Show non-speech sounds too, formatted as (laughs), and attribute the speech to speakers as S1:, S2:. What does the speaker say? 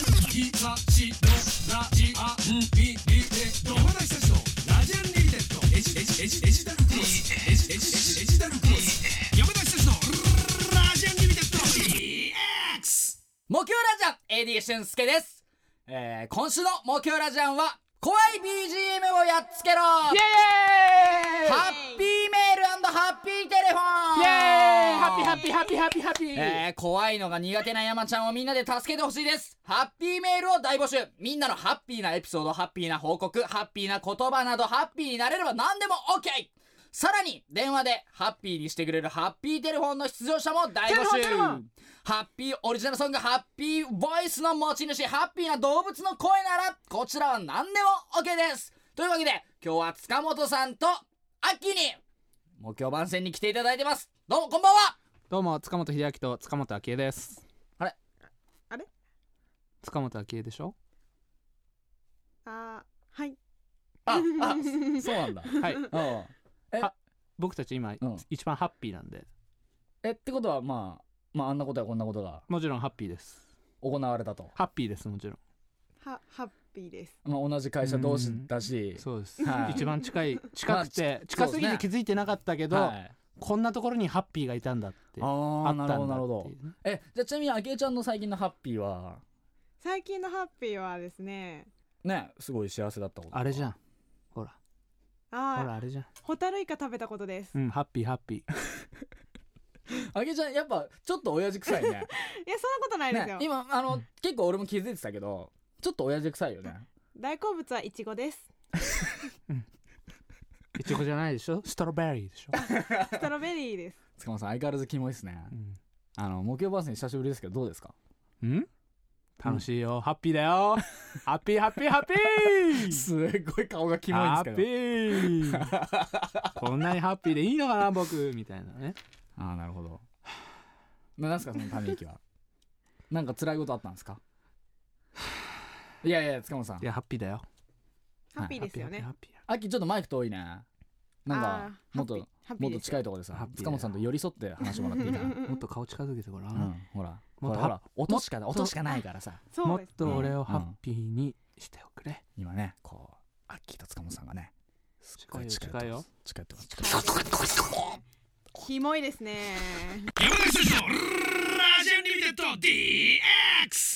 S1: たちのラジアンリミテッド山梨選手のラジアンリミテッドエジエジエジエジダルクロスエジエジエジエジダルクロス山梨選手のラジアンリミテッド EX
S2: 木曜ラジアン AD 俊介です、えー、今週の木曜ラジアンは怖い BGM をやっつけろハ
S3: イエーイ
S2: ッピーメールハッピーテレフォン
S3: イエーイハッピーハッピーハッピーハッピーハッピー、
S2: えー、怖いのが苦手な山ちゃんをみんなで助けてほしいですハッピーメールを大募集みんなのハッピーなエピソードハッピーな報告ハッピーな言葉などハッピーになれれば何でも OK さらに電話でハッピーにしてくれるハッピーテレフォンの出場者も大募
S3: テレフォンテ
S2: 集
S3: レフォン
S2: ハッピーオリジナルソングハッピーボイスの持ち主ハッピーな動物の声ならこちらは何でも OK ですというわけで今日は塚本さんと秋にもう今日番宣に来ていただいてますどうもこんばんは
S3: どうも塚本秀明と塚本昭恵です
S2: あれ
S4: あれ
S3: 塚本昭恵でしょ
S4: あーはい
S2: あ、あ、そうなんだ。
S3: は
S2: (laughs)
S3: い
S2: うん。
S3: 僕たち今、
S2: うん
S3: 一番ハッピーなんで
S2: え、ってことは、まあ、まあ、あんなことやこんなことが
S3: もちろんハッピーです
S2: 行われたと。
S3: ハッピーですもちろん
S4: (laughs) はハッピーです
S2: まあ、同じ会社同士だし。
S3: そうです、
S2: はい
S3: 一番近い近くて、近すぎて気づいてなかったけど、
S2: はい。
S3: こんなところにハッピーがいたんだってあっ
S2: あ
S3: た
S2: あ、
S3: んだ
S2: な
S3: っ
S2: るほど、
S3: ていう
S2: なるほど。え、じゃ、ちなみに、あきえちゃんの最近のハッピーは。
S4: 最近のハッピーはですね
S2: ね、すごい幸せだったこと。
S3: あれじゃ
S2: ん。
S3: んほらほ
S4: あ
S3: らあれじゃん
S4: ーホタルイカ食べたことです
S3: うんハッピーハッピー
S2: あきえちゃん、やっぱ、ちょっと親父臭い (laughs) ね。
S4: いやそんなことないです
S2: ね
S4: よ、
S2: 今、あの、結構俺も気づいてたけど。ちょっと親父臭いよね。
S4: 大好物はイチゴです
S3: いちごじゃないでしょストロベリーでしょ、
S4: ストロベリー
S2: (laughs)
S4: です
S2: 塚本さん、相変わらずキモいですね
S3: う。ん
S2: あの、木曜バースに久しぶりですけど、どうですか。
S3: うん楽しいよ、ハッピー
S2: (laughs)
S3: だよハッピーハッピーハッピー
S2: すごい顔がキモいんですけど。
S3: ハッピー
S2: (laughs)
S3: こんなにハッピーでいいのかな僕みたいなね
S2: ああなるほどななんすかそのため息は (laughs) なんか辛いことあったんですか (sighs) いやいや塚本さん
S3: いやハッピーだよ
S4: ハッピーですよね、
S3: ハッピーハッピーハッピー
S2: 秋ちょっとマイク遠いねなん
S4: あー
S2: かもっと
S4: ハッピーハッピ
S2: も
S4: ー
S2: っと
S4: です
S2: 近いところで
S3: ハ
S2: さ
S3: ッピーだよ
S2: 塚本さんと寄り添って話してもらっていいか (laughs) な
S3: もっと顔近づけてごらん、
S2: うんほら
S3: も
S2: ほ
S3: っ
S2: らほ
S3: とは
S2: ら音しかない音しかないからさ
S4: そ
S3: も
S4: う
S3: っ
S4: です
S3: と
S4: ね
S3: 俺をハッピーにしておくれ、
S2: 今ねこう秋と塚本さんがねす
S3: ごい近いよ
S2: 近いってます近いってます
S4: (laughs) キモいですね
S1: 山梨選手のラジアンリミテッド DX